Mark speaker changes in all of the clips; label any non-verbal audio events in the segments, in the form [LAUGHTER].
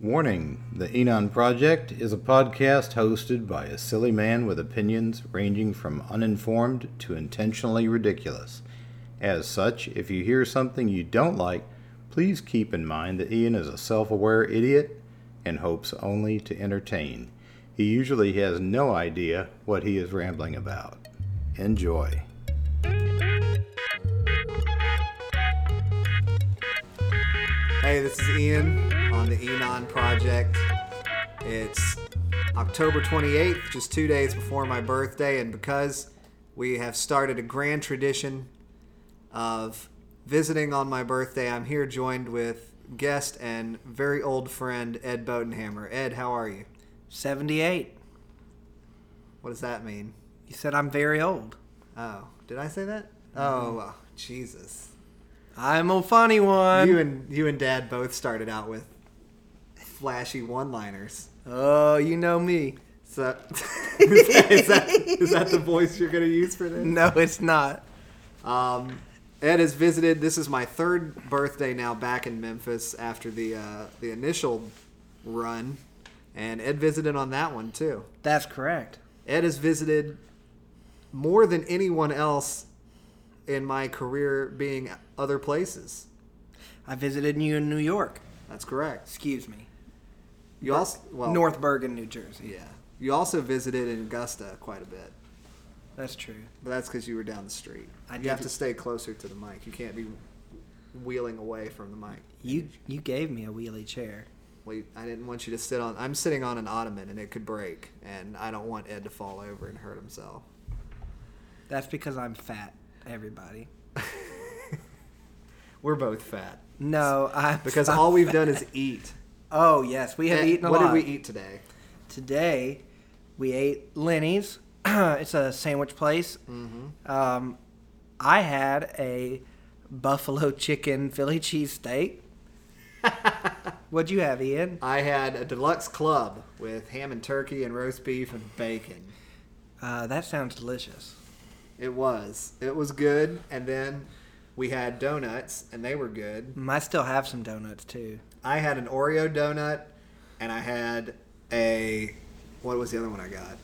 Speaker 1: Warning The Enon Project is a podcast hosted by a silly man with opinions ranging from uninformed to intentionally ridiculous. As such, if you hear something you don't like, please keep in mind that Ian is a self aware idiot and hopes only to entertain. He usually has no idea what he is rambling about. Enjoy.
Speaker 2: Hey, this is Ian on the Enon Project. It's October 28th, just two days before my birthday, and because we have started a grand tradition of visiting on my birthday, I'm here joined with guest and very old friend Ed Bodenhammer. Ed, how are you?
Speaker 3: 78.
Speaker 2: What does that mean?
Speaker 3: You said I'm very old. Mm-hmm.
Speaker 2: Oh, did I say that? Oh, well, Jesus.
Speaker 3: I'm a funny one.
Speaker 2: You and you and Dad both started out with flashy one-liners.
Speaker 3: oh, you know me. [LAUGHS]
Speaker 2: So, [LAUGHS] is, that, is, that, is that the voice you're going to use for this?
Speaker 3: No, it's not.
Speaker 2: Um, Ed has visited. This is my third birthday now back in Memphis after the uh, the initial run, and Ed visited on that one too.
Speaker 3: That's correct.
Speaker 2: Ed has visited more than anyone else in my career being other places.
Speaker 3: I visited you in New York.
Speaker 2: That's correct.
Speaker 3: Excuse me.
Speaker 2: You also well
Speaker 3: North Bergen, New Jersey.
Speaker 2: Yeah, you also visited in Augusta quite a bit.
Speaker 3: That's true.
Speaker 2: But that's because you were down the street.
Speaker 3: I
Speaker 2: you have
Speaker 3: did-
Speaker 2: to stay closer to the mic. You can't be wheeling away from the mic.
Speaker 3: You you gave me a wheelie chair.
Speaker 2: Well, you- I didn't want you to sit on. I'm sitting on an ottoman and it could break, and I don't want Ed to fall over and hurt himself.
Speaker 3: That's because I'm fat, everybody.
Speaker 2: We're both fat
Speaker 3: No, I [LAUGHS]
Speaker 2: because all we've done is eat.
Speaker 3: Oh, yes, we have
Speaker 2: Ed,
Speaker 3: eaten a
Speaker 2: what
Speaker 3: lot.
Speaker 2: did we eat today?
Speaker 3: Today, we ate Lenny's. [CLEARS THROAT] it's a sandwich place.
Speaker 2: Mm-hmm.
Speaker 3: Um, I had a buffalo chicken
Speaker 2: [LAUGHS]
Speaker 3: Philly cheesesteak. What'd you have, Ian?
Speaker 2: I had a deluxe club with ham and turkey and roast beef and bacon.
Speaker 3: Uh, that sounds delicious.
Speaker 2: It was. It was good. And then we had donuts, and they were good.
Speaker 3: Mm, I still have some donuts too.
Speaker 2: I had an Oreo donut, and I had a what was the other one I got?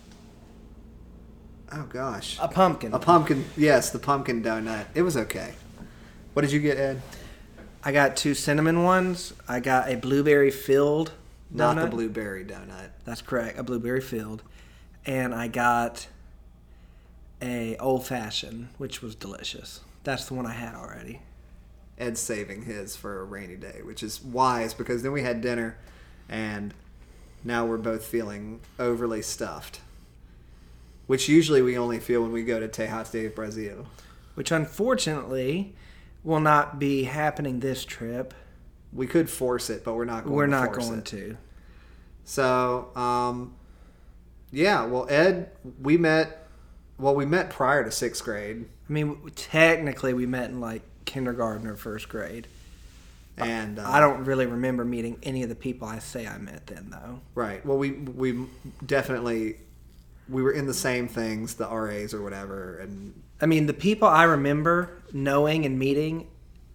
Speaker 2: Oh gosh,
Speaker 3: A pumpkin.
Speaker 2: a pumpkin. Yes, the pumpkin donut. It was okay. What did you get, Ed?
Speaker 3: I got two cinnamon ones. I got a blueberry filled.
Speaker 2: Not the
Speaker 3: donut.
Speaker 2: blueberry donut.
Speaker 3: That's correct. A blueberry filled, and I got a old fashioned, which was delicious. That's the one I had already.
Speaker 2: Ed's saving his for a rainy day, which is wise because then we had dinner, and now we're both feeling overly stuffed. Which usually we only feel when we go to Tejas de Brasil.
Speaker 3: which unfortunately will not be happening this trip.
Speaker 2: We could force it, but we're not. Going
Speaker 3: We're
Speaker 2: to
Speaker 3: not
Speaker 2: force
Speaker 3: going
Speaker 2: it.
Speaker 3: to.
Speaker 2: So, um, yeah, well, Ed, we met, well, we met prior to sixth grade,
Speaker 3: I mean, w- technically, we met in like kindergarten or first grade.
Speaker 2: and uh,
Speaker 3: I don't really remember meeting any of the people I say I met then, though.
Speaker 2: right. Well, we we definitely we were in the same things, the RAs or whatever, and
Speaker 3: I mean, the people I remember knowing and meeting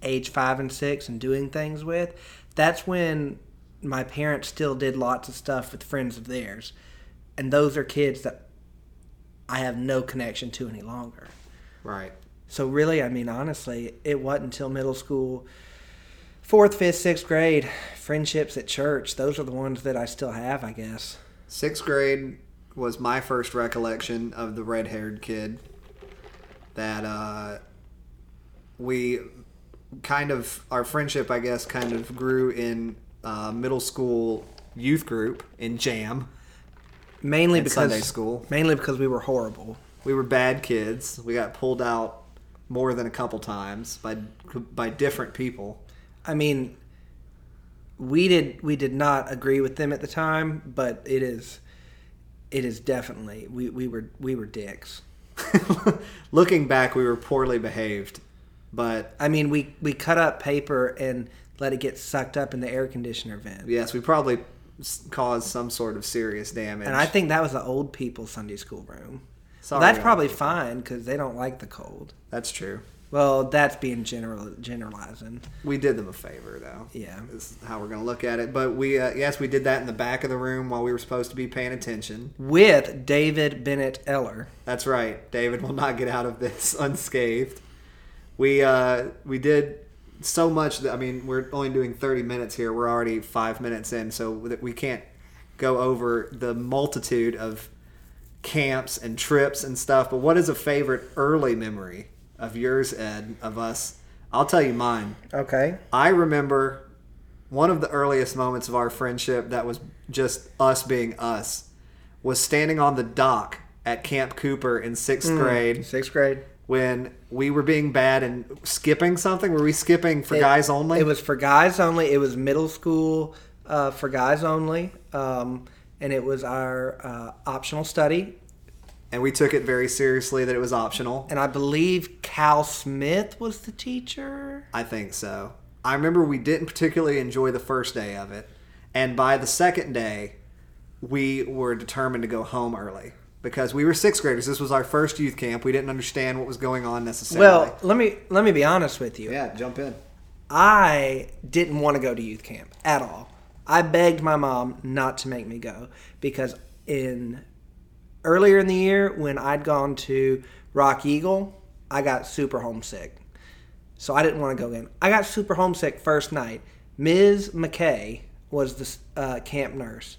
Speaker 3: age five and six and doing things with, that's when my parents still did lots of stuff with friends of theirs. And those are kids that I have no connection to any longer.
Speaker 2: right.
Speaker 3: So really, I mean, honestly, it wasn't until middle school, fourth, fifth, sixth grade, friendships at church. Those are the ones that I still have, I guess.
Speaker 2: Sixth grade was my first recollection of the red haired kid that uh, we kind of, our friendship, I guess, kind of grew in uh, middle school youth group in JAM.
Speaker 3: Mainly
Speaker 2: And
Speaker 3: because
Speaker 2: Sunday school.
Speaker 3: Mainly because we were horrible.
Speaker 2: We were bad kids. We got pulled out more than a couple times by by different people. [LAUGHS]
Speaker 3: I mean, we did we did not agree with them at the time, but it is it is definitely we, we were we were dicks.
Speaker 2: Looking back, we were poorly behaved, but
Speaker 3: I mean, we we cut up paper and let it get sucked up in the air conditioner vent.
Speaker 2: yes, we probably s- caused some sort of serious damage.
Speaker 3: And I think that was the old people Sunday school room.
Speaker 2: Sorry,
Speaker 3: Well, that's
Speaker 2: old
Speaker 3: probably fine because they don't like the cold.
Speaker 2: that's true.
Speaker 3: Well, that's being general generalizing.
Speaker 2: We did them a favor, though.
Speaker 3: Yeah.
Speaker 2: This is how we're going to look at it. But we, uh, yes, we did that in the back of the room while we were supposed to be paying attention.
Speaker 3: With David Bennett Eller.
Speaker 2: That's right. David will not get out of this [LAUGHS] unscathed. We uh, we did so much that I mean we're only doing 30 minutes here. We're already five minutes in, so that we can't go over the multitude of camps and trips and stuff. But what is a favorite early memory of yours, Ed? Of us? I'll tell you mine.
Speaker 3: Okay.
Speaker 2: I remember one of the earliest moments of our friendship that was just us being us was standing on the dock at Camp Cooper in sixth
Speaker 3: Hmm.
Speaker 2: grade
Speaker 3: Sixth grade.
Speaker 2: when we were being bad and skipping something. Were we skipping for guys only?
Speaker 3: It was for guys only. It was middle school uh, for guys only, um, and it was our uh, optional study.
Speaker 2: and we took it very seriously that it was optional.
Speaker 3: And I believe Cal Smith was the teacher.
Speaker 2: I think so. I remember we didn't particularly enjoy the first day of it, and by the second day, we were determined to go home early because we were sixth graders. This was our first youth camp. We didn't understand what was going on necessarily.
Speaker 3: Well, let me let me be honest with you.
Speaker 2: yeah, jump in.
Speaker 3: I didn't want to go to youth camp at all. I begged my mom not to make me go because in earlier in the year when I'd gone to Rock Eagle, I got super homesick. So I didn't want to go in. I got super homesick first night. Ms. McKay was the uh, camp nurse.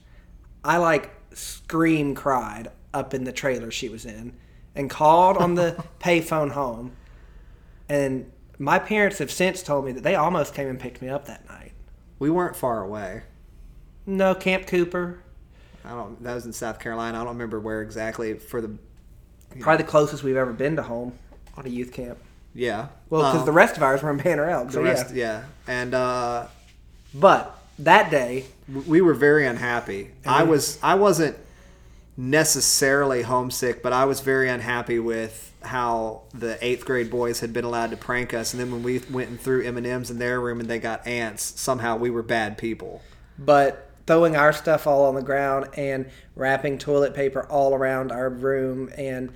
Speaker 3: I like scream cried up in the trailer she was in and called on the payphone home and my parents have since told me that they almost came and picked me up that night.
Speaker 2: We weren't far away.
Speaker 3: No, Camp Cooper.
Speaker 2: I don't. That was in South Carolina. I don't remember where exactly. For the
Speaker 3: Probably the closest we've ever been to home on a youth camp.
Speaker 2: yeah.
Speaker 3: Well, because
Speaker 2: Um,
Speaker 3: the rest of ours were in Banner Elk.
Speaker 2: the
Speaker 3: So
Speaker 2: rest
Speaker 3: yeah.
Speaker 2: yeah. And uh,
Speaker 3: But that day,
Speaker 2: we were very unhappy. I was. I wasn't necessarily homesick, but I was very unhappy with how the eighth grade boys had been allowed to prank us. And then when we went and threw M and M's in their room and they got ants, somehow we were bad people.
Speaker 3: but throwing our stuff all on the ground and wrapping toilet paper all around our room and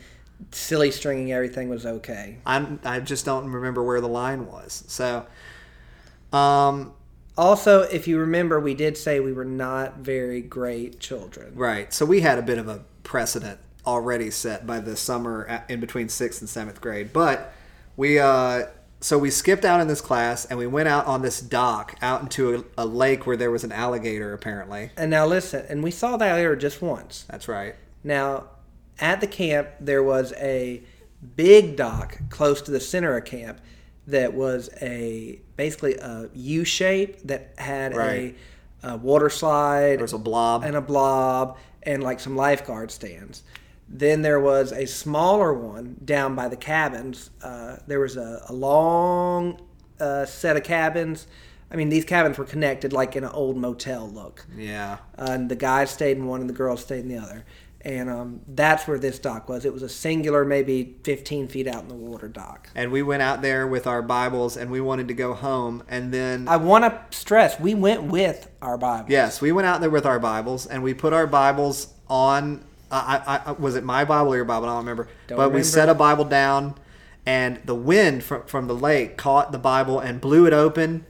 Speaker 3: silly stringing everything was okay.
Speaker 2: I I just don't remember where the line was. So, um,
Speaker 3: Also, if you remember, we did say we were not very great children.
Speaker 2: Right. So we had a bit of a precedent already set by the summer a- in between sixth and seventh grade. But we, uh, so we skipped out in this class and we went out on this dock out into a, a lake where there was an alligator, apparently.
Speaker 3: And now listen, and we saw that error just once.
Speaker 2: That's right.
Speaker 3: Now, at the camp, there was a big dock close to the center of camp that was a basically a U shape that had
Speaker 2: Right.
Speaker 3: a, a water slide
Speaker 2: There was a blob.
Speaker 3: and a blob and like some lifeguard stands. Then there was a smaller one down by the cabins. Uh, there was a, a long uh, set of cabins. I mean, these cabins were connected like in an old motel look
Speaker 2: yeah.
Speaker 3: Uh, and the guys stayed in one and the girls stayed in the other and um, that's where this dock was it was a singular maybe 15 feet out in the water dock
Speaker 2: And we went out there with our Bibles and we wanted to go home. And then,
Speaker 3: i want to stress we went with our bible
Speaker 2: yes, we went out there with our Bibles and we put our Bibles on. I, I, I was it my Bible or your Bible? I don't remember.
Speaker 3: Don't
Speaker 2: but we
Speaker 3: remember.
Speaker 2: set set a Bible down, and the wind from, from the lake caught the Bible and blew it open,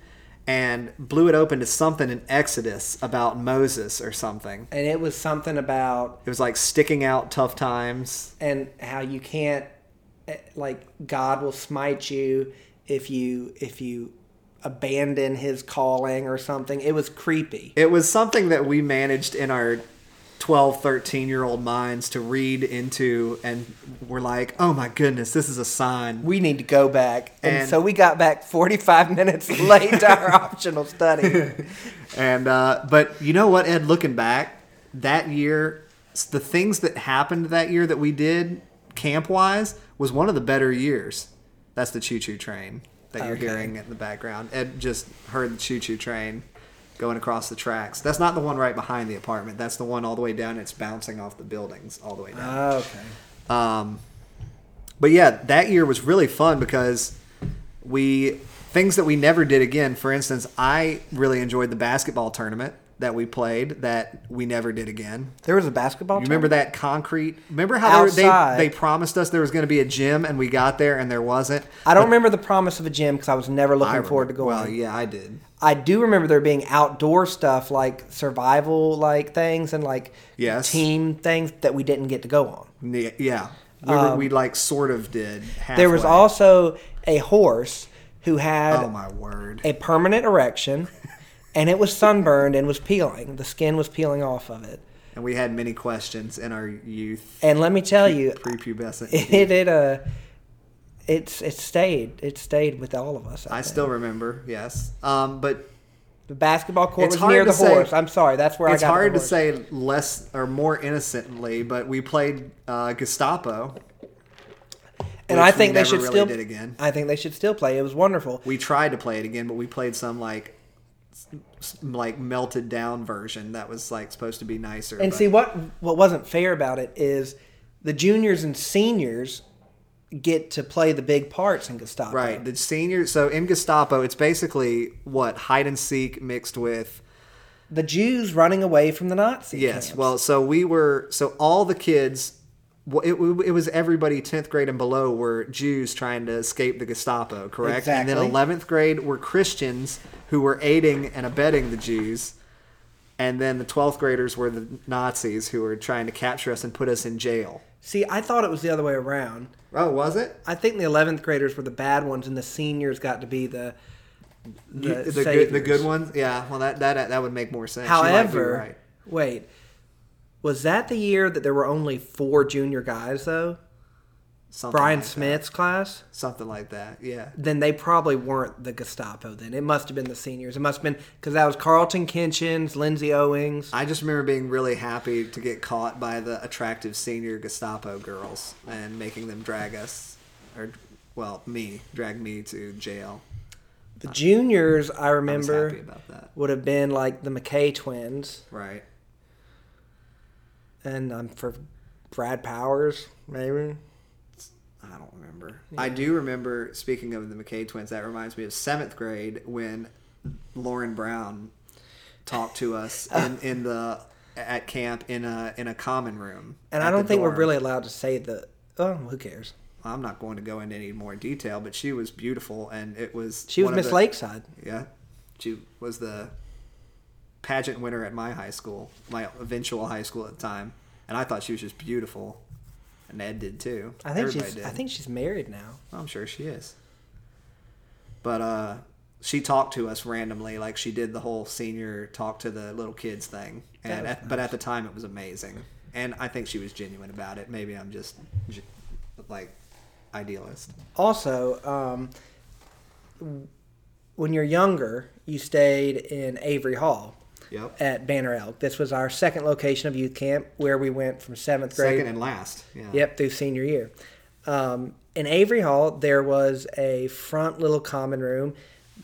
Speaker 2: and blew it open to something in Exodus about Moses or something.
Speaker 3: and it was something about
Speaker 2: It was like sticking out tough times.
Speaker 3: and how you can't eh, like god will smite you if you if you abandon his calling or something it was creepy
Speaker 2: It was something that we managed in our 12, 13 year old minds to read into, and we're like, oh my goodness, this is a sign.
Speaker 3: we need to go back and,
Speaker 2: And-
Speaker 3: so we got back 45 minutes late
Speaker 2: [LAUGHS]
Speaker 3: to our optional study
Speaker 2: And, uh, but you know what, Ed, looking back, that year, s- the things that happened that year that we did camp wise was one of the better years. That's the choo choo train that you're
Speaker 3: Okay.
Speaker 2: hearing in the background. Ed just heard the choo choo train going across the tracks. That's not the one right behind the apartment. That's the one all the way down. It's bouncing off the buildings all the way down.
Speaker 3: okay
Speaker 2: Um, but yeah, that year was really fun because we things that we never did again. For instance, I really enjoyed the basketball tournament. that we played that we never did again.
Speaker 3: There was a basketball.
Speaker 2: You remember that concrete? Remember how they, were-
Speaker 3: Outside.
Speaker 2: they they promised us there was going to be a gym, and we got there and there wasn't.
Speaker 3: I don't remember the promise of a gym because I was never looking
Speaker 2: I
Speaker 3: forward to
Speaker 2: remember-
Speaker 3: going.
Speaker 2: Well, yeah, I did.
Speaker 3: I do remember there being outdoor stuff like survival like things and like
Speaker 2: Yes.
Speaker 3: team things that we didn't get to go on.
Speaker 2: Ne- Yeah, we, were, we like sort of did. Halfway.
Speaker 3: Um, There was also a horse who had
Speaker 2: Oh my word!
Speaker 3: a permanent
Speaker 2: [LAUGHS]
Speaker 3: erection and it was sunburned and was peeling. The skin was peeling off of it.
Speaker 2: And we had many questions in our youth,
Speaker 3: And let me tell you,
Speaker 2: prepubescent.
Speaker 3: it it, it uh it's it stayed. It stayed with all of us. I,
Speaker 2: I
Speaker 3: think.
Speaker 2: still remember. Yes, um, but
Speaker 3: the basketball court
Speaker 2: It's
Speaker 3: was
Speaker 2: hard
Speaker 3: near
Speaker 2: to
Speaker 3: the
Speaker 2: say-
Speaker 3: horse. I'm sorry, that's where
Speaker 2: it's
Speaker 3: I got the
Speaker 2: hard to
Speaker 3: horse.
Speaker 2: say less or more innocently. But we played uh, Gestapo.
Speaker 3: And
Speaker 2: which
Speaker 3: I
Speaker 2: we
Speaker 3: think they
Speaker 2: never
Speaker 3: should
Speaker 2: really
Speaker 3: still
Speaker 2: did again.
Speaker 3: I think they should still play. It was wonderful.
Speaker 2: We tried to play it again, but we played some like s- s- like melted down version that was like supposed to be nicer.
Speaker 3: And
Speaker 2: but-
Speaker 3: see what what wasn't fair about it is the juniors and seniors get to play the big parts in Gestapo.
Speaker 2: Right. The senior. So in Gestapo, it's basically what hide and seek mixed with.
Speaker 3: The Jews running away from the Nazis.
Speaker 2: Yes. Well, so we were. So all the kids. well, It, it was everybody 10th grade and below were Jews trying to escape the Gestapo, correct? And then
Speaker 3: Exactly.
Speaker 2: 11th grade were Christians who were aiding and abetting the Jews. And then the 12th graders were the Nazis who were trying to capture us and put us in jail.
Speaker 3: see, I thought it was the other way around.
Speaker 2: Oh, was it?
Speaker 3: I think the 11th graders were the bad ones, and the seniors got to be the
Speaker 2: You-
Speaker 3: the,
Speaker 2: The, good, the good ones? Yeah. Well, that, that, that would make more sense. You might be
Speaker 3: However,
Speaker 2: right.
Speaker 3: wait, was that the year that there were only four junior guys though?
Speaker 2: Something
Speaker 3: Brian
Speaker 2: like that.
Speaker 3: Smith's class.
Speaker 2: something like that. Yeah.
Speaker 3: then they probably weren't the Gestapo then. It must have been the seniors. It must have been because that was Carlton Kinchins, Lindsay Owings.
Speaker 2: I just remember being really happy to get caught by the attractive senior Gestapo girls and making them drag us, or well, me drag me to jail.
Speaker 3: The juniors, I
Speaker 2: I was happy
Speaker 3: remember,
Speaker 2: about that,
Speaker 3: would have been like the McKay twins
Speaker 2: right?
Speaker 3: and um, for Brad Powers, maybe.
Speaker 2: I don't remember. I do remember. Speaking of the McKay twins, that reminds me of seventh grade when Lauren Brown talked to
Speaker 3: [LAUGHS]
Speaker 2: us in, in the at camp in a in a common room.
Speaker 3: And
Speaker 2: at
Speaker 3: I don't
Speaker 2: the
Speaker 3: think we're
Speaker 2: dorm.
Speaker 3: really allowed to say the. Oh, who cares?
Speaker 2: I'm not going to go into any more detail, but she was beautiful, and it was
Speaker 3: She was
Speaker 2: one of
Speaker 3: Miss
Speaker 2: the-
Speaker 3: Lakeside.
Speaker 2: Yeah. She was the pageant winner at my high school, my eventual high school at the time. And I thought she was just beautiful. And Ed did too.
Speaker 3: I think
Speaker 2: Everybody
Speaker 3: she's.
Speaker 2: did.
Speaker 3: I think she's married now.
Speaker 2: I'm sure she is. But uh she talked to us randomly, like she did the whole senior talk to the little kids thing.
Speaker 3: That
Speaker 2: And
Speaker 3: was
Speaker 2: at, but at the time, it was amazing, and I think she was genuine about it. Maybe I'm just j- like idealist.
Speaker 3: Also, um, w- when you're younger, you stayed in Avery Hall.
Speaker 2: Yep.
Speaker 3: at Banner Elk. This was our second location of youth camp where we went from seventh grade,
Speaker 2: Second and last. Yeah.
Speaker 3: yep, through senior year. Um, in Avery Hall, there was a front little common room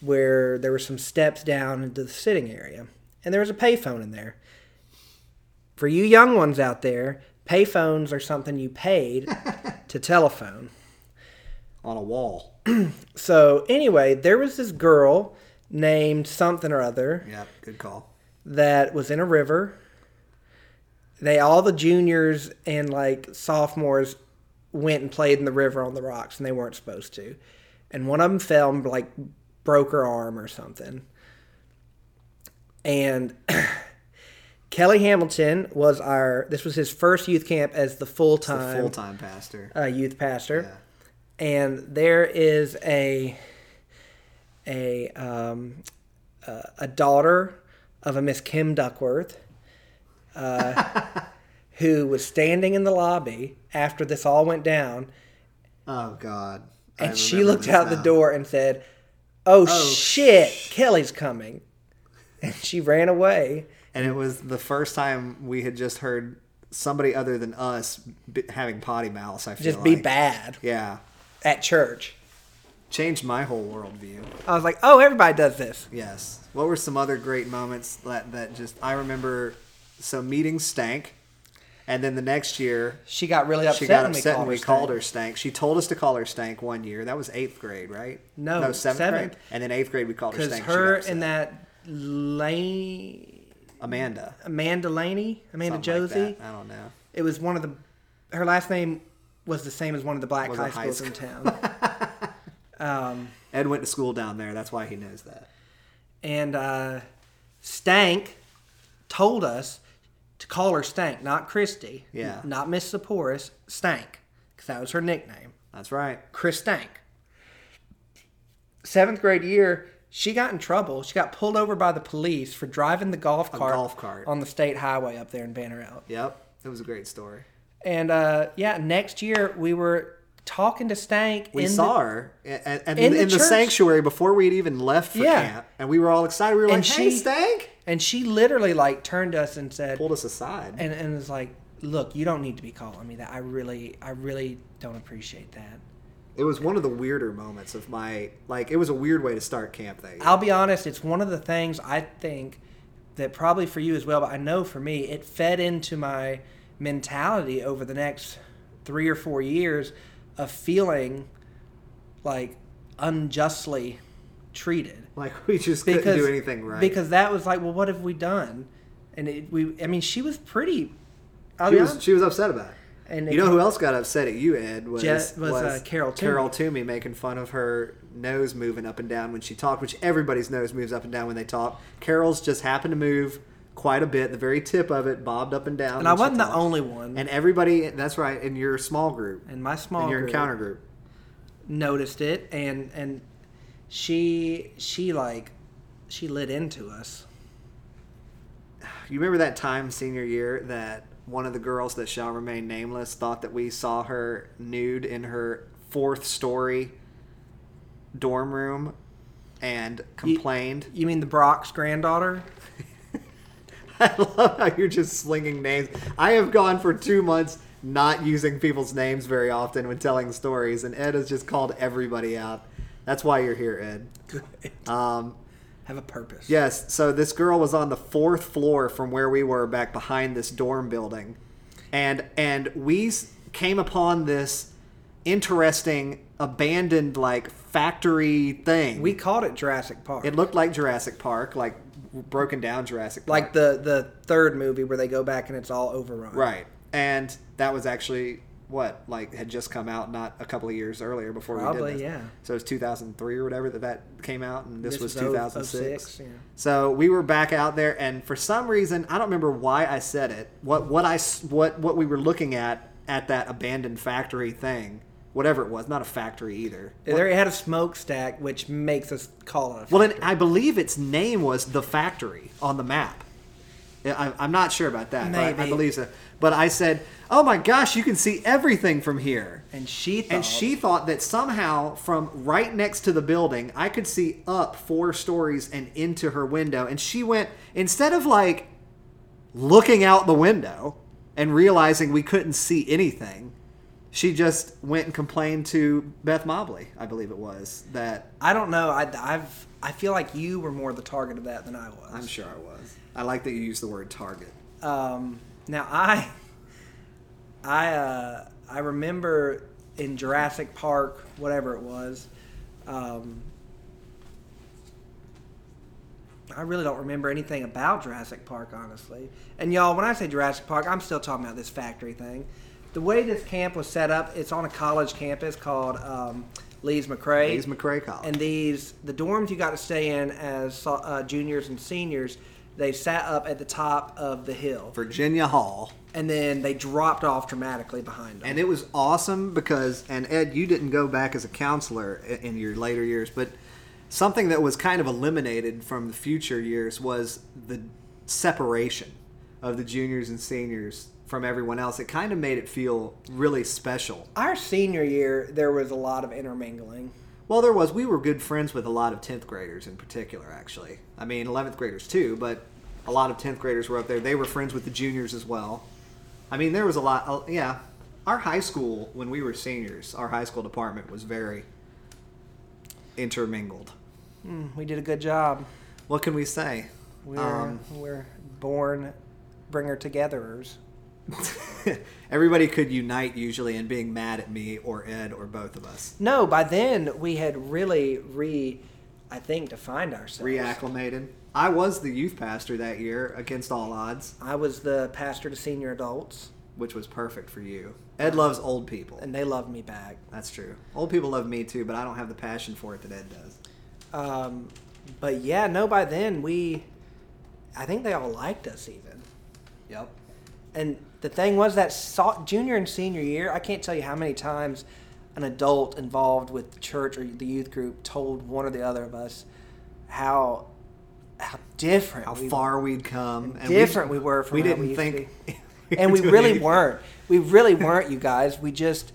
Speaker 3: where there were some steps down into the sitting area, and there was a payphone in there. For you young ones out there, payphones are something
Speaker 2: [LAUGHS]
Speaker 3: you paid to telephone.
Speaker 2: On a wall.
Speaker 3: So anyway, there was this girl named something or other
Speaker 2: Yep. Good call.
Speaker 3: that was in a river. They all the juniors and like sophomores went and played in the river on the rocks, and they weren't supposed to. And one of them fell and like broke her arm or something. And [CLEARS THROAT] Kelly Hamilton was our this was his first youth camp as the full
Speaker 2: the full
Speaker 3: time
Speaker 2: time pastor.
Speaker 3: uh, youth pastor
Speaker 2: Yeah.
Speaker 3: and there is a a um, uh, a daughter of a Miss Kim Duckworth uh,
Speaker 2: [LAUGHS]
Speaker 3: who was standing in the lobby after this all went down,
Speaker 2: Oh God. I
Speaker 3: and she
Speaker 2: remember
Speaker 3: looked
Speaker 2: this
Speaker 3: out
Speaker 2: now.
Speaker 3: the door and said, "Oh, shit, Kelly's coming," and she ran away.
Speaker 2: and it was the first time we had just heard somebody other than us b- having potty mouths. I feel
Speaker 3: Just be
Speaker 2: like.
Speaker 3: bad
Speaker 2: Yeah,
Speaker 3: at church.
Speaker 2: changed my whole worldview.
Speaker 3: I was like, "Oh, everybody does this."
Speaker 2: Yes. What were some other great moments that that just I remember? So meetings stank, and then the next year.
Speaker 3: She got really upset.
Speaker 2: She got
Speaker 3: when
Speaker 2: upset when we
Speaker 3: stank.
Speaker 2: called her stank. She told us to call her stank one year. That was eighth grade, right?
Speaker 3: No,
Speaker 2: no seventh,
Speaker 3: seventh.
Speaker 2: grade. And then eighth grade, we called her
Speaker 3: Because
Speaker 2: stank. She
Speaker 3: her
Speaker 2: got upset.
Speaker 3: and that Lane,
Speaker 2: Amanda.
Speaker 3: Amanda Laney, Amanda
Speaker 2: something like
Speaker 3: Josie.
Speaker 2: that. I don't know.
Speaker 3: It was one of the. Her last name was the same as one of the black
Speaker 2: Was
Speaker 3: high
Speaker 2: it high
Speaker 3: schools in town. [LAUGHS] um,
Speaker 2: Ed went to school down there. That's why he knows that.
Speaker 3: and uh, Stank told us to call her Stank, not Christy.
Speaker 2: Yeah.
Speaker 3: n- Not Miss Saporis, Stank, because that was her nickname.
Speaker 2: That's right.
Speaker 3: Chris Stank. Seventh grade year, she got in trouble. She got pulled over by the police for driving the golf cart,
Speaker 2: golf cart.
Speaker 3: on the state highway up there in Banner Elk.
Speaker 2: Yep. It was a great story.
Speaker 3: And uh, yeah, next year we were talking to Stank.
Speaker 2: We
Speaker 3: in the-
Speaker 2: saw her at, at, at-
Speaker 3: in
Speaker 2: in,
Speaker 3: the
Speaker 2: the,
Speaker 3: church.
Speaker 2: sanctuary before we'd even left for
Speaker 3: Yeah.
Speaker 2: camp, and we were all excited. We were
Speaker 3: And
Speaker 2: like, "Hey,
Speaker 3: she-
Speaker 2: Stank!"
Speaker 3: and she literally like turned us and said,
Speaker 2: Pulled us aside.
Speaker 3: and, and was like, "Look, you don't need to be calling me that. I really, I really don't appreciate that."
Speaker 2: it was one of the weirder moments of my like. It was a weird way to start camp that year.
Speaker 3: I'll be honest, it's one of the things I think that probably for you as well, but I know for me, it fed into my mentality over the next three or four years of feeling like unjustly treated.
Speaker 2: Like we just couldn't do anything right.
Speaker 3: Because that was like, well, what have we done? And it, we, I mean, she was pretty. I'll
Speaker 2: she
Speaker 3: be
Speaker 2: was
Speaker 3: honest.
Speaker 2: she was upset about it.
Speaker 3: and
Speaker 2: You know who else got upset at you, Ed? Was
Speaker 3: Je- was, uh, Carol Toomey.
Speaker 2: Carol Toomey making fun of her nose moving up and down when she talked, which everybody's nose moves up and down when they talk. Carol's just happened to move quite a bit. The very tip of it bobbed up and down.
Speaker 3: And I
Speaker 2: when she
Speaker 3: wasn't the
Speaker 2: talked.
Speaker 3: only one.
Speaker 2: And everybody, that's right, in your small group,
Speaker 3: and my small
Speaker 2: in your
Speaker 3: group
Speaker 2: encounter group,
Speaker 3: noticed it, and and she she like she lit into us.
Speaker 2: you remember that time senior year that one of the girls that shall remain nameless thought that we saw her nude in her fourth story dorm room and complained.
Speaker 3: You mean the Brock's granddaughter?
Speaker 2: [LAUGHS] I love how you're just slinging names. I have gone for two months not using people's names very often when telling stories, and Ed has just called everybody out. That's why you're here, Ed. Um,
Speaker 3: Have a purpose.
Speaker 2: yes, so this girl was on the fourth floor from where we were back behind this dorm building, and and we s- came upon this interesting abandoned like factory thing.
Speaker 3: We called it Jurassic Park.
Speaker 2: it looked like Jurassic Park, like broken down Jurassic Park.
Speaker 3: like the the third movie where they go back and it's all overrun.
Speaker 2: Right. And that was actually what like had just come out not a couple of years earlier before we
Speaker 3: Probably,
Speaker 2: did this.
Speaker 3: yeah.
Speaker 2: So it was 2003 or whatever that that came out and this,
Speaker 3: This
Speaker 2: was
Speaker 3: was
Speaker 2: 2006.
Speaker 3: 06, yeah.
Speaker 2: So we were back out there and for some reason I don't remember why I said it. What what I s- what what we were looking at at that abandoned factory thing. Whatever it was, not a factory either.
Speaker 3: There it had a smokestack, which makes us call it. A
Speaker 2: Well, and I believe its name was the factory on the map. Yeah, I, I'm not sure about that. But I- I,
Speaker 3: Maybe.
Speaker 2: believe so. But I said, "Oh my gosh, you can see everything from here."
Speaker 3: and she thought,
Speaker 2: And she thought that somehow from right next to the building, I could see up four stories and into her window. And she went, instead of like looking out the window and realizing we couldn't see anything, she just went and complained to Beth Mobley, I believe it was, that
Speaker 3: I don't know. I, I've I feel like you were more the target of that than I was.
Speaker 2: I'm sure I was. I like that you used the word target.
Speaker 3: Um, now I, I, uh, I remember in Jurassic Park, whatever it was. Um, I really don't remember anything about Jurassic Park, honestly. And y'all, when I say Jurassic Park, I'm still talking about this factory thing. The way this camp was set up, it's on a college campus called um, Lees McRae.
Speaker 2: Hayes McCray College.
Speaker 3: And these, the dorms you got to stay in as so- uh, juniors and seniors, they sat up at the top of the hill,
Speaker 2: Virginia Hall.
Speaker 3: and then they dropped off dramatically behind them.
Speaker 2: And it was awesome because, and Ed, you didn't go back as a counselor i- in your later years, but something that was kind of eliminated from the future years was the separation of the juniors and seniors from everyone else. It kind of made it feel really special.
Speaker 3: Our senior year, there was a lot of intermingling.
Speaker 2: Well, there was. We were good friends with a lot of 10th graders in particular, actually. I mean, 11th graders too, but a lot of 10th graders were up there. They were friends with the juniors as well. I mean, there was a lot. uh, yeah. Our high school, when we were seniors, our high school department was very intermingled.
Speaker 3: Mm, We did a good job.
Speaker 2: What can we say?
Speaker 3: We're,
Speaker 2: Um, [LAUGHS]
Speaker 3: we're born bringer togetherers.
Speaker 2: everybody could unite usually in being mad at me or Ed or both of us.
Speaker 3: No, by then we had really re, I think, defined ourselves.
Speaker 2: Reacclimated. I was the youth pastor that year against all odds,
Speaker 3: I was the pastor to senior adults,
Speaker 2: which was perfect for you. Ed loves old people.
Speaker 3: and they loved me back.
Speaker 2: That's true. Old people love me too, but I don't have the passion for it that Ed does.
Speaker 3: Um, but yeah, no, by then we, I think they all liked us even.
Speaker 2: Yep.
Speaker 3: And the thing was that so- junior and senior year, I can't tell you how many times an adult involved with the church or the youth group told one or the other of us how how different,
Speaker 2: How
Speaker 3: we-
Speaker 2: far we'd come. And
Speaker 3: different we, were from
Speaker 2: we
Speaker 3: how
Speaker 2: didn't
Speaker 3: used to
Speaker 2: think.
Speaker 3: be.
Speaker 2: [LAUGHS] we
Speaker 3: and
Speaker 2: were
Speaker 3: we
Speaker 2: doing
Speaker 3: really
Speaker 2: anything.
Speaker 3: weren't. We really weren't, you guys. We just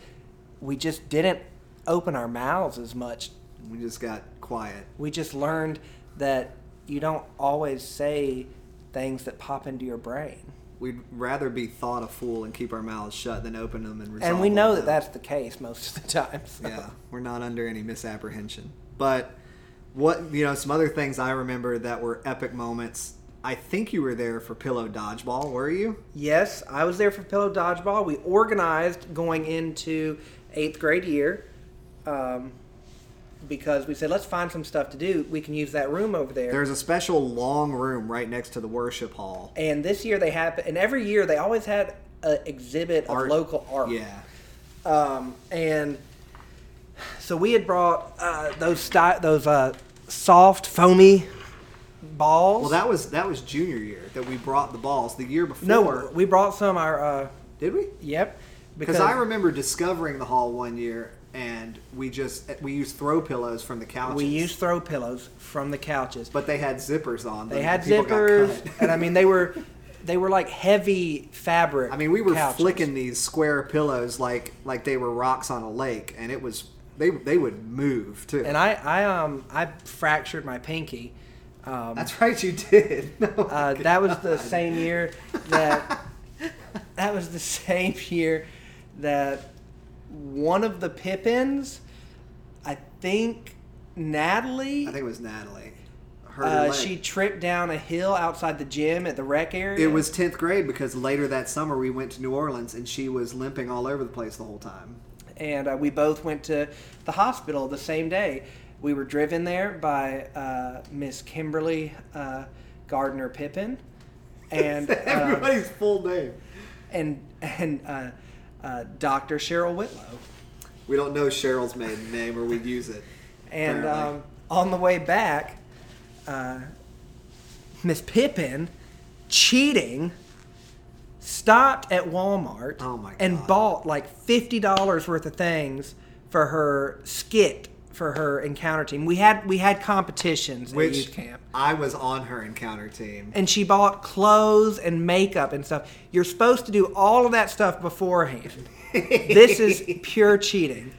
Speaker 3: we just didn't open our mouths as much.
Speaker 2: We just got quiet.
Speaker 3: We just learned that you don't always say things that pop into your brain.
Speaker 2: We'd rather be thought a fool and keep our mouths shut than open them and resolve
Speaker 3: and we know
Speaker 2: all
Speaker 3: that
Speaker 2: them.
Speaker 3: that's the case most of the time.
Speaker 2: [LAUGHS]
Speaker 3: so.
Speaker 2: yeah, we're not under any misapprehension. But what you know, some other things I remember that were epic moments. I think you were there for pillow dodgeball, were you?
Speaker 3: Yes, I was there for pillow dodgeball. We organized going into eighth grade year um, because we said, let's find some stuff to do. We can use that room over there.
Speaker 2: There's a special long room right next to the worship hall.
Speaker 3: and this year they happen, and every year they always had an exhibit of
Speaker 2: Art-
Speaker 3: local art.
Speaker 2: Yeah.
Speaker 3: Um, and so we had brought uh, those sty- those uh, soft foamy balls.
Speaker 2: Well, that was that was junior year that we brought the balls. The year before,
Speaker 3: no, we brought some our uh,
Speaker 2: did we?
Speaker 3: yep
Speaker 2: Because I remember discovering the hall one year, and we just we used throw pillows from the couches.
Speaker 3: we used throw pillows from the couches.
Speaker 2: but they had zippers on. them,
Speaker 3: They had
Speaker 2: and people got
Speaker 3: zippers,
Speaker 2: cut.
Speaker 3: and I mean they were they were like heavy fabric.
Speaker 2: I mean, we were
Speaker 3: couches.
Speaker 2: flicking these square pillows like like they were rocks on a lake, and it was they they would move too.
Speaker 3: and I I um I fractured my pinky. Um,
Speaker 2: That's right, you did. [LAUGHS]
Speaker 3: uh, that was the same year that that was the [LAUGHS] same year that one of the Pippins, I think Natalie,
Speaker 2: I think it was Natalie. Her
Speaker 3: uh,
Speaker 2: leg.
Speaker 3: she tripped down a hill outside the gym at the rec area.
Speaker 2: It was tenth grade because later that summer we went to New Orleans, and she was limping all over the place the whole time.
Speaker 3: and uh, we both went to the hospital the same day. We were driven there by uh, Miss Kimberly uh, Gardner Pippin,
Speaker 2: [LAUGHS]
Speaker 3: and uh,
Speaker 2: Everybody's full name.
Speaker 3: and and uh, uh, Doctor Cheryl Whitlow.
Speaker 2: We don't know Cheryl's maiden name, or we'd use it.
Speaker 3: And
Speaker 2: apparently.
Speaker 3: um, on the way back, uh, Miss Pippin, cheating, stopped at Walmart
Speaker 2: Oh my
Speaker 3: and
Speaker 2: God.
Speaker 3: bought like fifty dollars worth of things for her skit for her encounter team. We had we had competitions at
Speaker 2: which
Speaker 3: youth camp.
Speaker 2: I was on her encounter team.
Speaker 3: And she bought clothes and makeup and stuff. You're supposed to do all of that stuff beforehand. this is pure cheating.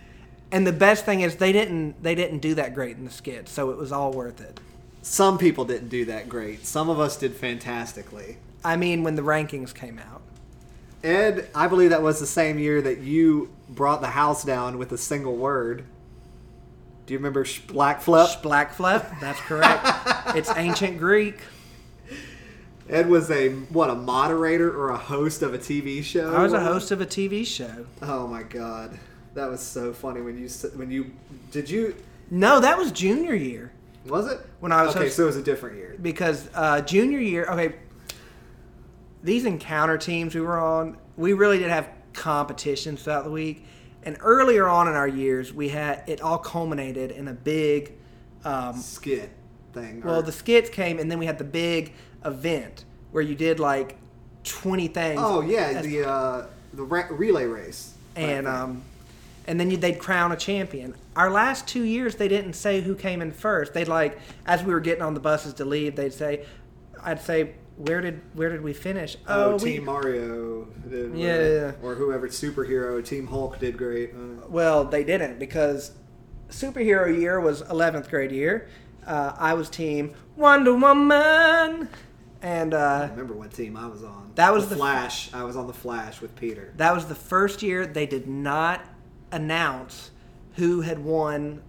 Speaker 3: And the best thing is they didn't they didn't do that great in the skit, so it was all worth it.
Speaker 2: Some people didn't do that great. Some of us did fantastically.
Speaker 3: I mean, when the rankings came out,
Speaker 2: Ed, I believe that was the same year that you brought the house down with a single word. Do you remember sh- black flip?
Speaker 3: black fluff. That's correct. it's ancient Greek.
Speaker 2: Ed was a what a moderator or a host of a TV show.
Speaker 3: I was a host of a TV show.
Speaker 2: Oh my god, that was so funny when you s- when you did you
Speaker 3: No, that was junior year
Speaker 2: was it
Speaker 3: When I was
Speaker 2: okay.
Speaker 3: host-
Speaker 2: so it was a different year.
Speaker 3: because uh, junior year. Okay, these encounter teams we were on, we really did have competitions throughout the week. And earlier on in our years, we had it all culminated in a big um,
Speaker 2: Skit thing. or-
Speaker 3: Well, the skits came, and then we had the big event where you did like twenty things.
Speaker 2: oh yeah
Speaker 3: As-
Speaker 2: the uh, the re- relay race
Speaker 3: and
Speaker 2: Right.
Speaker 3: um, and then you, they'd crown a champion. Our last two years, they didn't say who came in first. They'd like as we were getting on the buses to leave, they'd say, "I'd say where did where did we finish?
Speaker 2: Oh,
Speaker 3: uh, we-
Speaker 2: Team Mario. Did,
Speaker 3: Yeah, yeah, yeah.
Speaker 2: Or whoever, superhero. Team Hulk did great. Uh,
Speaker 3: Well, they didn't because superhero year was 11th grade year. Uh, I was team Wonder Woman, and uh,
Speaker 2: I remember what team I was on.
Speaker 3: That was
Speaker 2: the
Speaker 3: the-
Speaker 2: Flash. I was on the Flash with Peter.
Speaker 3: That was the first year they did not announce who had won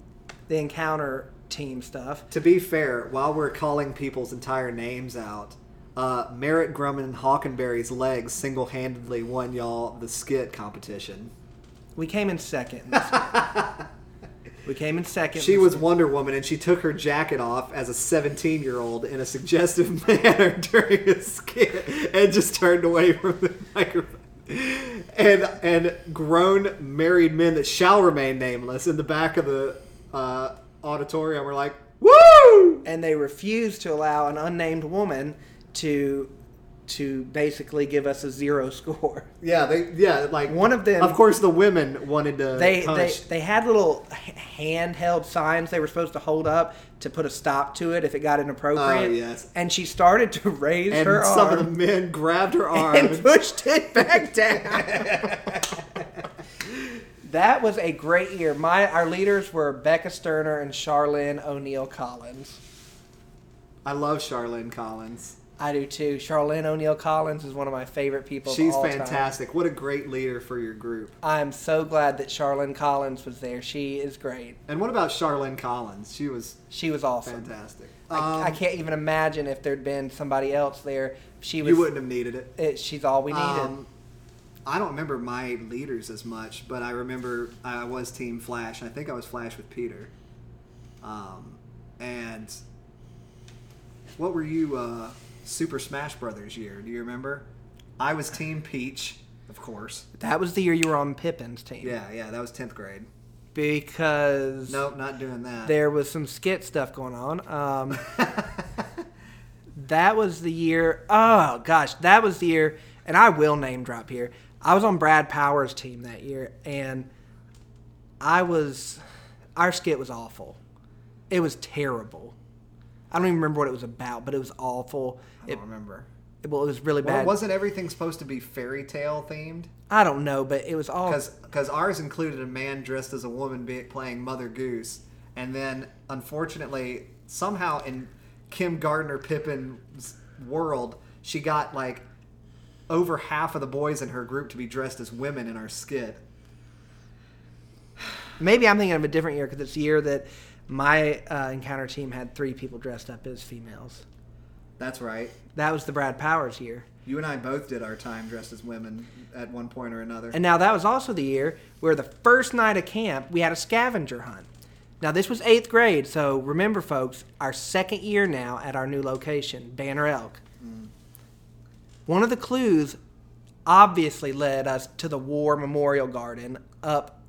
Speaker 3: the encounter team stuff.
Speaker 2: To be fair, while we're calling people's entire names out, uh, Merritt Grumman Hawkenberry's legs single-handedly won y'all the skit competition. [LAUGHS]
Speaker 3: We came in second. We came in second.
Speaker 2: She was Wonder Woman, and she took her jacket off as a 17 year old in a suggestive [LAUGHS] manner during a skit, and just turned away from the microphone. And and grown married men that shall remain nameless in the back of the uh, auditorium were like, "Woo!"
Speaker 3: and they refused to allow an unnamed woman to to basically give us a zero score.
Speaker 2: Yeah, they yeah like
Speaker 3: One of them-
Speaker 2: Of course, the women wanted to.
Speaker 3: They they,
Speaker 2: punch.
Speaker 3: they had little h- handheld signs they were supposed to hold up to put a stop to it if it got inappropriate.
Speaker 2: Oh, yes.
Speaker 3: And she started to raise
Speaker 2: and
Speaker 3: her
Speaker 2: some
Speaker 3: arm
Speaker 2: of the men grabbed her arm
Speaker 3: [LAUGHS] and pushed
Speaker 2: [LAUGHS]
Speaker 3: it back down. that was a great year. My our leaders were Becca Sterner and Charlene O'Neill Collins.
Speaker 2: I love Charlene Collins.
Speaker 3: I do too. Charlene O'Neill Collins is one of my favorite people. of
Speaker 2: She's
Speaker 3: all time.
Speaker 2: fantastic. What a great leader for your group.
Speaker 3: I'm so glad that Charlene Collins was there. She is great.
Speaker 2: And what about Charlene Collins? She was
Speaker 3: She was awesome.
Speaker 2: fantastic.
Speaker 3: I,
Speaker 2: Um,
Speaker 3: I can't even imagine if there'd been somebody else there. She was.
Speaker 2: you wouldn't have needed it.
Speaker 3: It, she's all we needed.
Speaker 2: Um, I don't remember my leaders as much, but I remember I was Team Flash. and I think I was Flash with Peter. Um, and what were you, uh, Super Smash Brothers year? Do you remember? I was Team Peach, of course.
Speaker 3: that was the year you were on Pippin's team.
Speaker 2: Yeah, yeah, that was 10th grade.
Speaker 3: Because
Speaker 2: Nope, not doing that. [LAUGHS]
Speaker 3: there was some skit stuff going on. Um, that was the year. Oh gosh, that was the year. And I will name drop here. I was on Brad Powers' team that year, and I was. Our skit was awful. It was terrible. I don't even remember what it was about, but it was awful.
Speaker 2: I
Speaker 3: It,
Speaker 2: don't remember.
Speaker 3: well, it was really
Speaker 2: Well,
Speaker 3: bad.
Speaker 2: wasn't everything supposed to be fairy tale themed?
Speaker 3: I don't know, but it was all.
Speaker 2: Because ours included a man dressed as a woman be, playing Mother Goose, and then unfortunately, somehow in Kim Gardner Pippin's world, she got like over half of the boys in her group to be dressed as women in our skit.
Speaker 3: Maybe I'm thinking of a different year because it's the year that my uh, encounter team had three people dressed up as females.
Speaker 2: That's right.
Speaker 3: That was the Brad Powers year.
Speaker 2: You and I both did our time dressed as women at one point or another.
Speaker 3: And now that was also the year where the first night of camp we had a scavenger hunt. Now this was eighth grade, so remember, folks, our second year now at our new location, Banner Elk. One of the clues obviously led us to the War Memorial Garden up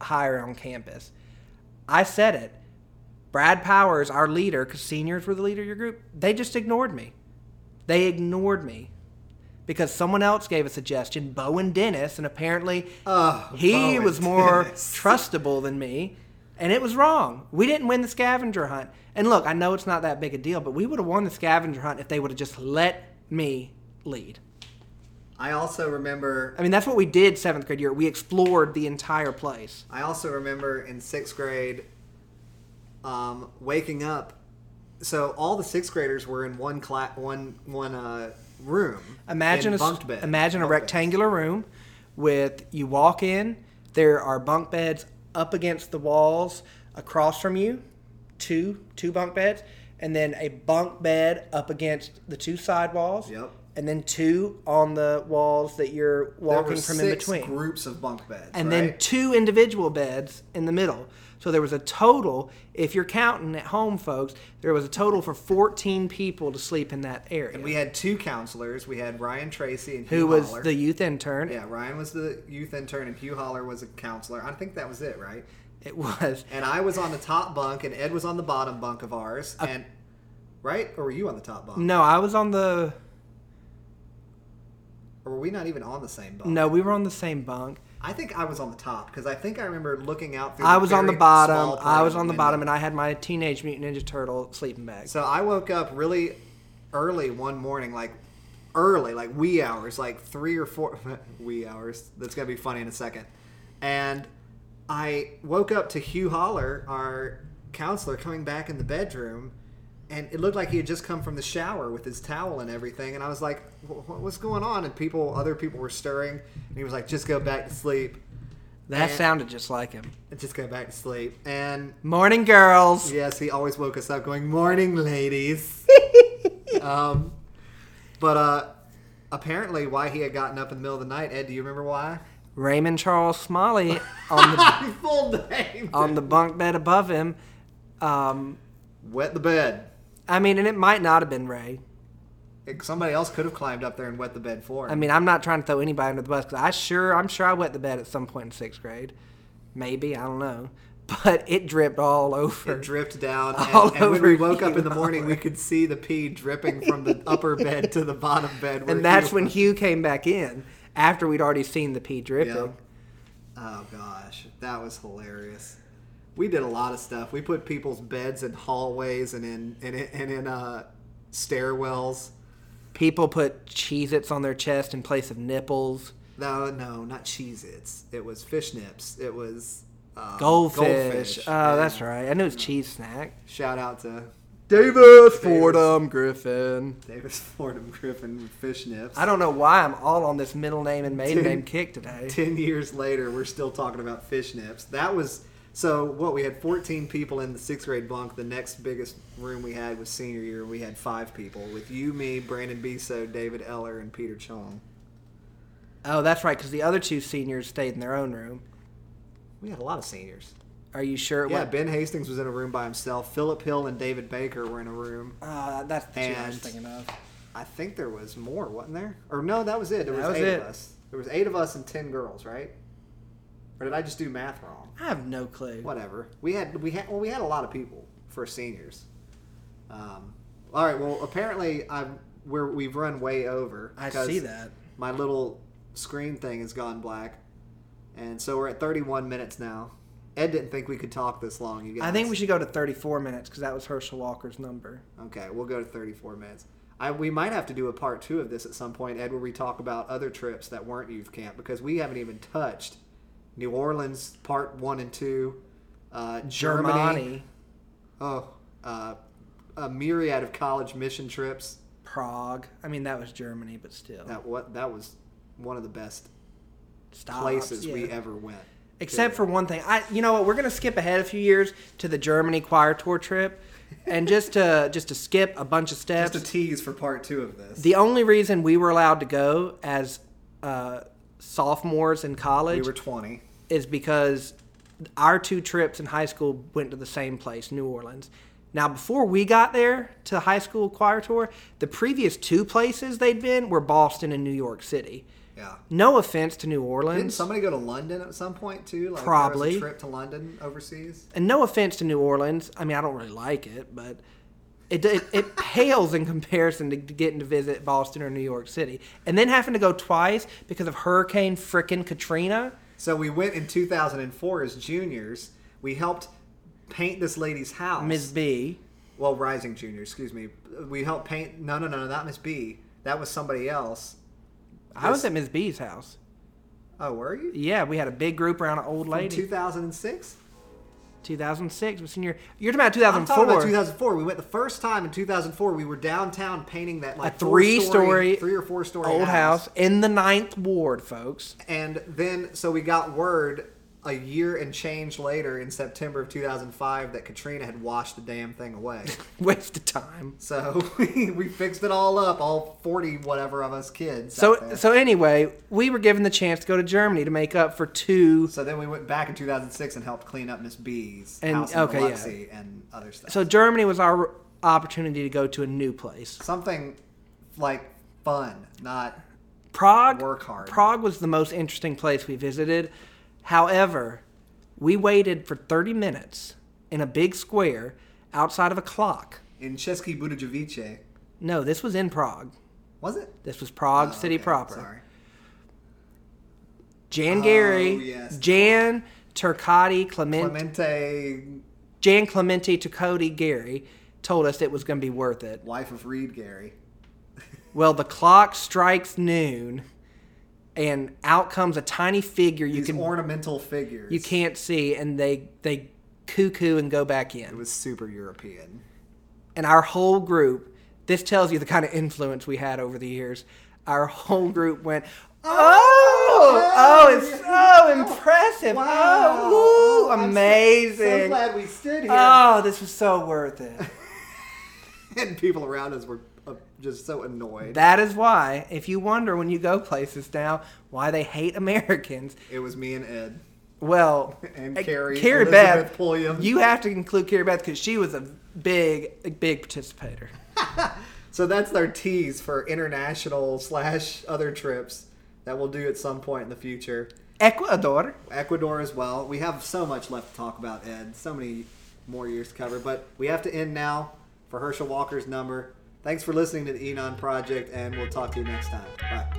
Speaker 3: higher on campus. I said it. Brad Powers, our leader, because seniors were the leader of your group, they just ignored me. They ignored me because someone else gave a suggestion, Bowen Dennis, and apparently
Speaker 2: Oh,
Speaker 3: he
Speaker 2: Bowen
Speaker 3: was more
Speaker 2: Dennis. [LAUGHS]
Speaker 3: trustable than me, and it was wrong. We didn't win the scavenger hunt. And look, I know it's not that big a deal, but we would have won the scavenger hunt if they would have just let me lead.
Speaker 2: I also remember
Speaker 3: I mean, that's what we did seventh grade year. We explored the entire place.
Speaker 2: I also remember in sixth grade um, waking up. So all the sixth graders were in one cla- one one uh, room.
Speaker 3: Imagine
Speaker 2: in
Speaker 3: a s-
Speaker 2: bunked bed-
Speaker 3: imagine a
Speaker 2: bunk beds.
Speaker 3: rectangular room with you walk in. There are bunk beds up against the walls across from you, two two bunk beds, and then a bunk bed up against the two side walls.
Speaker 2: Yep.
Speaker 3: And then two on the walls that you're
Speaker 2: There were
Speaker 3: walking from in
Speaker 2: six
Speaker 3: between.
Speaker 2: groups of bunk beds,
Speaker 3: and
Speaker 2: right?
Speaker 3: then two individual beds in the middle. So there was a total, if you're counting at home, folks, there was a total for 14 people to sleep in that area.
Speaker 2: we had two counselors. We had Ryan Tracy and Hugh
Speaker 3: who was
Speaker 2: Holler.
Speaker 3: the youth intern.
Speaker 2: yeah, Ryan was the youth intern, and Hugh Holler was a counselor. I think that was it, right?
Speaker 3: It was.
Speaker 2: And I was on the top bunk, and Ed was on the bottom bunk of ours, and right, or were you on the top bunk,
Speaker 3: No, I was on the.
Speaker 2: or were we not even on the same bunk?
Speaker 3: No, we were on the same bunk.
Speaker 2: I think I was on the top because I think I remember looking out through.
Speaker 3: I was on the
Speaker 2: very small
Speaker 3: bottom. I
Speaker 2: panoramic
Speaker 3: was on the
Speaker 2: window.
Speaker 3: bottom, and I had my Teenage Mutant Ninja Turtle sleeping bag.
Speaker 2: so I woke up really early one morning, like early, like wee hours, like three or four [LAUGHS] wee hours. That's gonna be funny in a second. And I woke up to Hugh Holler, our counselor, coming back in the bedroom. And it looked like he had just come from the shower with his towel and everything. And I was like, "Wh- wh- "What's going on?" And people, other people were stirring. And he was like, "Just go back to sleep."
Speaker 3: That
Speaker 2: and-
Speaker 3: sounded just like him.
Speaker 2: And just go back to sleep. And
Speaker 3: Morning, girls.
Speaker 2: Yes, he always woke us up going, "Morning,
Speaker 3: [LAUGHS]
Speaker 2: ladies." um, but uh, apparently, why [LAUGHS] he had gotten up in the middle of the night, Ed? Do you remember why?
Speaker 3: Raymond Charles Smalley
Speaker 2: [LAUGHS]
Speaker 3: on the
Speaker 2: Full name.
Speaker 3: on the bunk bed above him. Um,
Speaker 2: Wet the bed.
Speaker 3: I mean, and it might not have been Ray.
Speaker 2: Somebody else could have climbed up there and wet the bed for him.
Speaker 3: I mean, I'm not trying to throw anybody under the bus because I sure, I'm sure I wet the bed at some point in sixth grade, maybe I don't know, but it dripped all [LAUGHS] over.
Speaker 2: it dripped
Speaker 3: [LAUGHS]
Speaker 2: down,
Speaker 3: All
Speaker 2: and, and when
Speaker 3: over
Speaker 2: we woke up in the
Speaker 3: Keenan
Speaker 2: morning, we could see the pee dripping from the upper bed to the bottom
Speaker 3: [LAUGHS]
Speaker 2: bed. where
Speaker 3: and that's
Speaker 2: you-
Speaker 3: when Hugh came back in after we'd already seen the pee dripping.
Speaker 2: Yeah. Oh gosh, that was hilarious. We did a lot of stuff. We put people's beds in hallways and in and in, and in uh, stairwells.
Speaker 3: People put Cheez-Its on their chest in place of nipples.
Speaker 2: No, no, not Cheez Its. It was fish nips. It was uh,
Speaker 3: Goldfish.
Speaker 2: goldfish.
Speaker 3: Oh,
Speaker 2: Yeah.
Speaker 3: that's right. I knew it was cheese snack.
Speaker 2: Shout out to
Speaker 3: Davis
Speaker 2: Fordham
Speaker 3: Griffin.
Speaker 2: Davis Fordham Griffin with fish nips.
Speaker 3: I don't know why I'm all on this middle name and maiden name kick today.
Speaker 2: [LAUGHS] Ten years later, we're still talking about fish nips. That was so. What we had 14 people in the sixth grade bunk. The next biggest room we had was senior year. We had five people with you, me, Brandon Biso, David Eller, and Peter Chong.
Speaker 3: Oh, that's right, because the other two seniors stayed in their own room.
Speaker 2: We had a lot of seniors.
Speaker 3: Are you sure? it
Speaker 2: Yeah,
Speaker 3: was-
Speaker 2: Ben Hastings was in a room by himself. Philip Hill and David Baker were in a room.
Speaker 3: Uh, that's the two I was
Speaker 2: And-
Speaker 3: thinking of.
Speaker 2: I think there was more, wasn't there? Or no, that was it. There was,
Speaker 3: That was
Speaker 2: eight
Speaker 3: it.
Speaker 2: of us. There was eight of us and ten girls, right? Or did I just do math wrong?
Speaker 3: I have no clue.
Speaker 2: Whatever. We had we had well we had a lot of people for seniors. Um, all right. Well, apparently I'm we're, we've run way over.
Speaker 3: I
Speaker 2: 'cause
Speaker 3: see that.
Speaker 2: My little screen thing has gone black, and so we're at 31 minutes now. Ed didn't think we could talk this long. You guys.
Speaker 3: I think we should go to 34 minutes because that was Herschel Walker's number.
Speaker 2: Okay, we'll go to 34 minutes. I, we might have to do a part two of this at some point, Ed, where we talk about other trips that weren't youth camp because we haven't even touched New Orleans part one and two, uh, Germany,
Speaker 3: Germany,
Speaker 2: oh, uh, a myriad of college mission trips.
Speaker 3: Prague. I mean, that was Germany, but still.
Speaker 2: That what that was one of the best
Speaker 3: Stops,
Speaker 2: places we
Speaker 3: yeah.
Speaker 2: ever went.
Speaker 3: Except for one thing, I you know what? We're gonna skip ahead a few years to the Germany choir tour trip,
Speaker 2: [LAUGHS]
Speaker 3: and just to just to skip a bunch of steps.
Speaker 2: Just a tease for part two of this.
Speaker 3: the only reason we were allowed to go as uh, sophomores in
Speaker 2: we
Speaker 3: college
Speaker 2: were 20.
Speaker 3: is because our two trips in high school went to the same place, New Orleans. Now, before we got there to high school choir tour, the previous two places they'd been were Boston and New York City.
Speaker 2: Yeah.
Speaker 3: No offense to New
Speaker 2: Didn't
Speaker 3: Orleans,
Speaker 2: somebody go to London at some point too? Like there was a
Speaker 3: Probably.
Speaker 2: trip to London overseas.
Speaker 3: and no offense to New Orleans. I mean, I don't really like it, but it it, it [LAUGHS] pales in comparison to getting to visit Boston or New York City, and then having to go twice because of Hurricane frickin' Katrina.
Speaker 2: So we went in 2004 as juniors. We helped paint this lady's house.
Speaker 3: Ms. B,
Speaker 2: Well, rising juniors, excuse me. We helped paint. No, no, no, no, not Miss B. That was somebody else.
Speaker 3: I was
Speaker 2: This-
Speaker 3: at Ms. B's house.
Speaker 2: Oh, were you?
Speaker 3: Yeah, we had a big group around an old
Speaker 2: In
Speaker 3: lady.
Speaker 2: 2006.
Speaker 3: 2006 was senior. You're talking about
Speaker 2: I'm talking about
Speaker 3: 2004.
Speaker 2: 2004. We went the first time in 2004. We were downtown painting that like
Speaker 3: A three-story,
Speaker 2: four-story- three or four story
Speaker 3: Old house in the ninth ward, folks. [LAUGHS]
Speaker 2: And then, so we got word a year and change later in September of 2005 that Katrina had washed the damn thing
Speaker 3: [LAUGHS]
Speaker 2: away.
Speaker 3: Waste of time.
Speaker 2: So [LAUGHS] we, we fixed it all up, all 40 whatever of us kids. out
Speaker 3: So
Speaker 2: there.
Speaker 3: so anyway, we were given the chance to go to Germany to make up for two.
Speaker 2: So then we went back in 2006 and helped clean up Miss B's
Speaker 3: And-
Speaker 2: house in
Speaker 3: okay, yeah.
Speaker 2: Biloxi and other stuff.
Speaker 3: So Germany was our opportunity to go to a new place.
Speaker 2: Something like fun, not
Speaker 3: Prague.
Speaker 2: Work hard.
Speaker 3: Prague was the most interesting place we visited. However, we waited for 30 minutes in a big square outside of a clock.
Speaker 2: in Chesky Budojevice.
Speaker 3: No, this was in Prague.
Speaker 2: Was it?
Speaker 3: This was Prague
Speaker 2: Oh,
Speaker 3: city
Speaker 2: okay,
Speaker 3: proper.
Speaker 2: Sorry.
Speaker 3: Jan
Speaker 2: Oh,
Speaker 3: Gary,
Speaker 2: yes.
Speaker 3: Jan Turcotti, Clement,
Speaker 2: Clemente,
Speaker 3: Jan Clemente Turcotti Gary told us it was going to be worth it.
Speaker 2: wife of Reed Gary.
Speaker 3: Well, the clock strikes noon, and out comes a tiny figure you
Speaker 2: These
Speaker 3: can
Speaker 2: ornamental figures.
Speaker 3: you can't see, and they they cuckoo and go back
Speaker 2: It
Speaker 3: in.
Speaker 2: was super European.
Speaker 3: And our whole group, this tells you the kind of influence we had over the years. Our whole group went. Oh, oh, it's so impressive. Oh, ooh,
Speaker 2: I'm so-
Speaker 3: amazing.
Speaker 2: so glad we stood here.
Speaker 3: Oh, this was so worth it.
Speaker 2: and people around us were uh, just so annoyed.
Speaker 3: That is why, if you wonder when you go places now, why they hate Americans.
Speaker 2: it was me and Ed.
Speaker 3: Well,
Speaker 2: [LAUGHS] And
Speaker 3: eh,
Speaker 2: Carrie Elizabeth
Speaker 3: Beth,
Speaker 2: Pulliam.
Speaker 3: you have to include Carrie Beth because she was a big, a big participator.
Speaker 2: So that's their tease for international slash other trips that we'll do at some point in the future.
Speaker 3: Ecuador.
Speaker 2: Ecuador as well. We have so much left to talk about, Ed. So many more years to cover, but we have to end now for Herschel Walker's number. Thanks for listening to the Enon Project, and we'll talk to you next time. Bye.